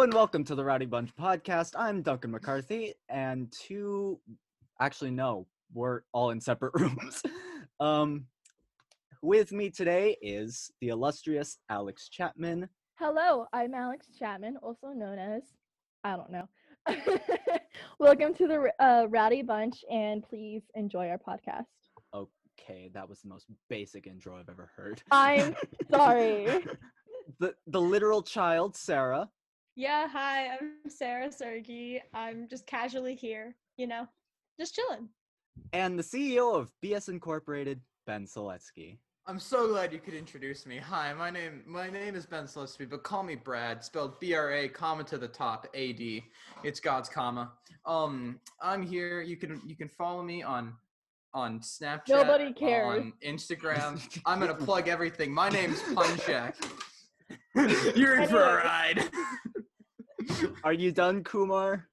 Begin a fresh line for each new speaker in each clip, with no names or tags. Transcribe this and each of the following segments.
and welcome to the Rowdy Bunch podcast. I'm Duncan McCarthy, and two, actually no, we're all in separate rooms. um, with me today is the illustrious Alex Chapman,
Hello, I'm Alex Chapman, also known as I don't know. Welcome to the r- uh, Rowdy Bunch, and please enjoy our podcast.
Okay, that was the most basic intro I've ever heard.
I'm sorry.
the the literal child, Sarah.
Yeah, hi, I'm Sarah Sergi. I'm just casually here, you know, just chilling.
And the CEO of BS Incorporated, Ben Seletsky.
I'm so glad you could introduce me. Hi, my name my name is Ben Gillespie, but call me Brad, spelled B R A, comma to the top, A D. It's God's comma. Um, I'm here. You can you can follow me on on Snapchat.
Nobody cares.
On Instagram. I'm gonna plug everything. My name's Punchak. You're in for a ride.
Are you done, Kumar?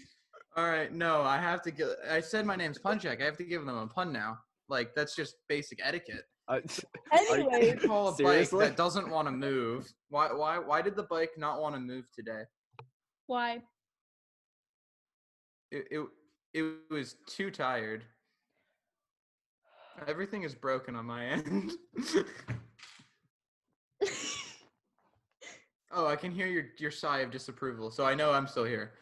All right, no, I have to give. I said my name's Punchak. I have to give them a pun now. Like that's just basic etiquette.
Uh, you-
You
Anyway,
can call a
Seriously?
bike that doesn't want to move. Why why why did the bike not want to move today?
Why?
It it, it was too tired. Everything is broken on my end. oh, I can hear your your sigh of disapproval, so I know I'm still here.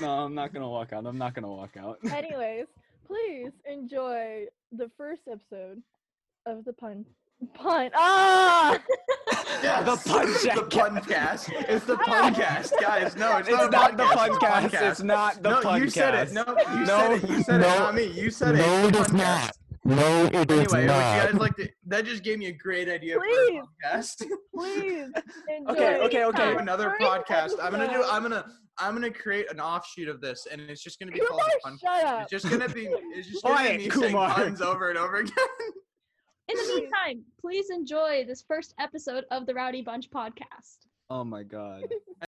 no, I'm not gonna walk out. I'm not gonna walk out.
anyways, please enjoy the first episode of the pun. Pun. Ah!
Yes! The Punjack-
The Puncast. It's the Puncast, guys. No, it's,
It's not the
podcast.
Puncast. It's not the
no, you said it.
Puncast.
No, you said it. You said
No,
it. Not me. You said it.
no, it is
Puncast.
not. No, it is
Anyway, would you
not.
guys like to? That just gave me a great idea
Please.
for a podcast.
Please enjoy.
Okay, okay,
our
okay.
Do another
first
podcast. I'm gonna do.
episode.
I'm gonna. I'm gonna create an offshoot of this, and it's just gonna be called
Kumar,
the Puncast.
shut up.
It's just gonna be. It's just gonna
Quiet,
be me saying
Kumar.
puns over and over again.
In the
Please.
meantime, please enjoy this first episode of the Rowdy Bunch podcast.
Oh my god.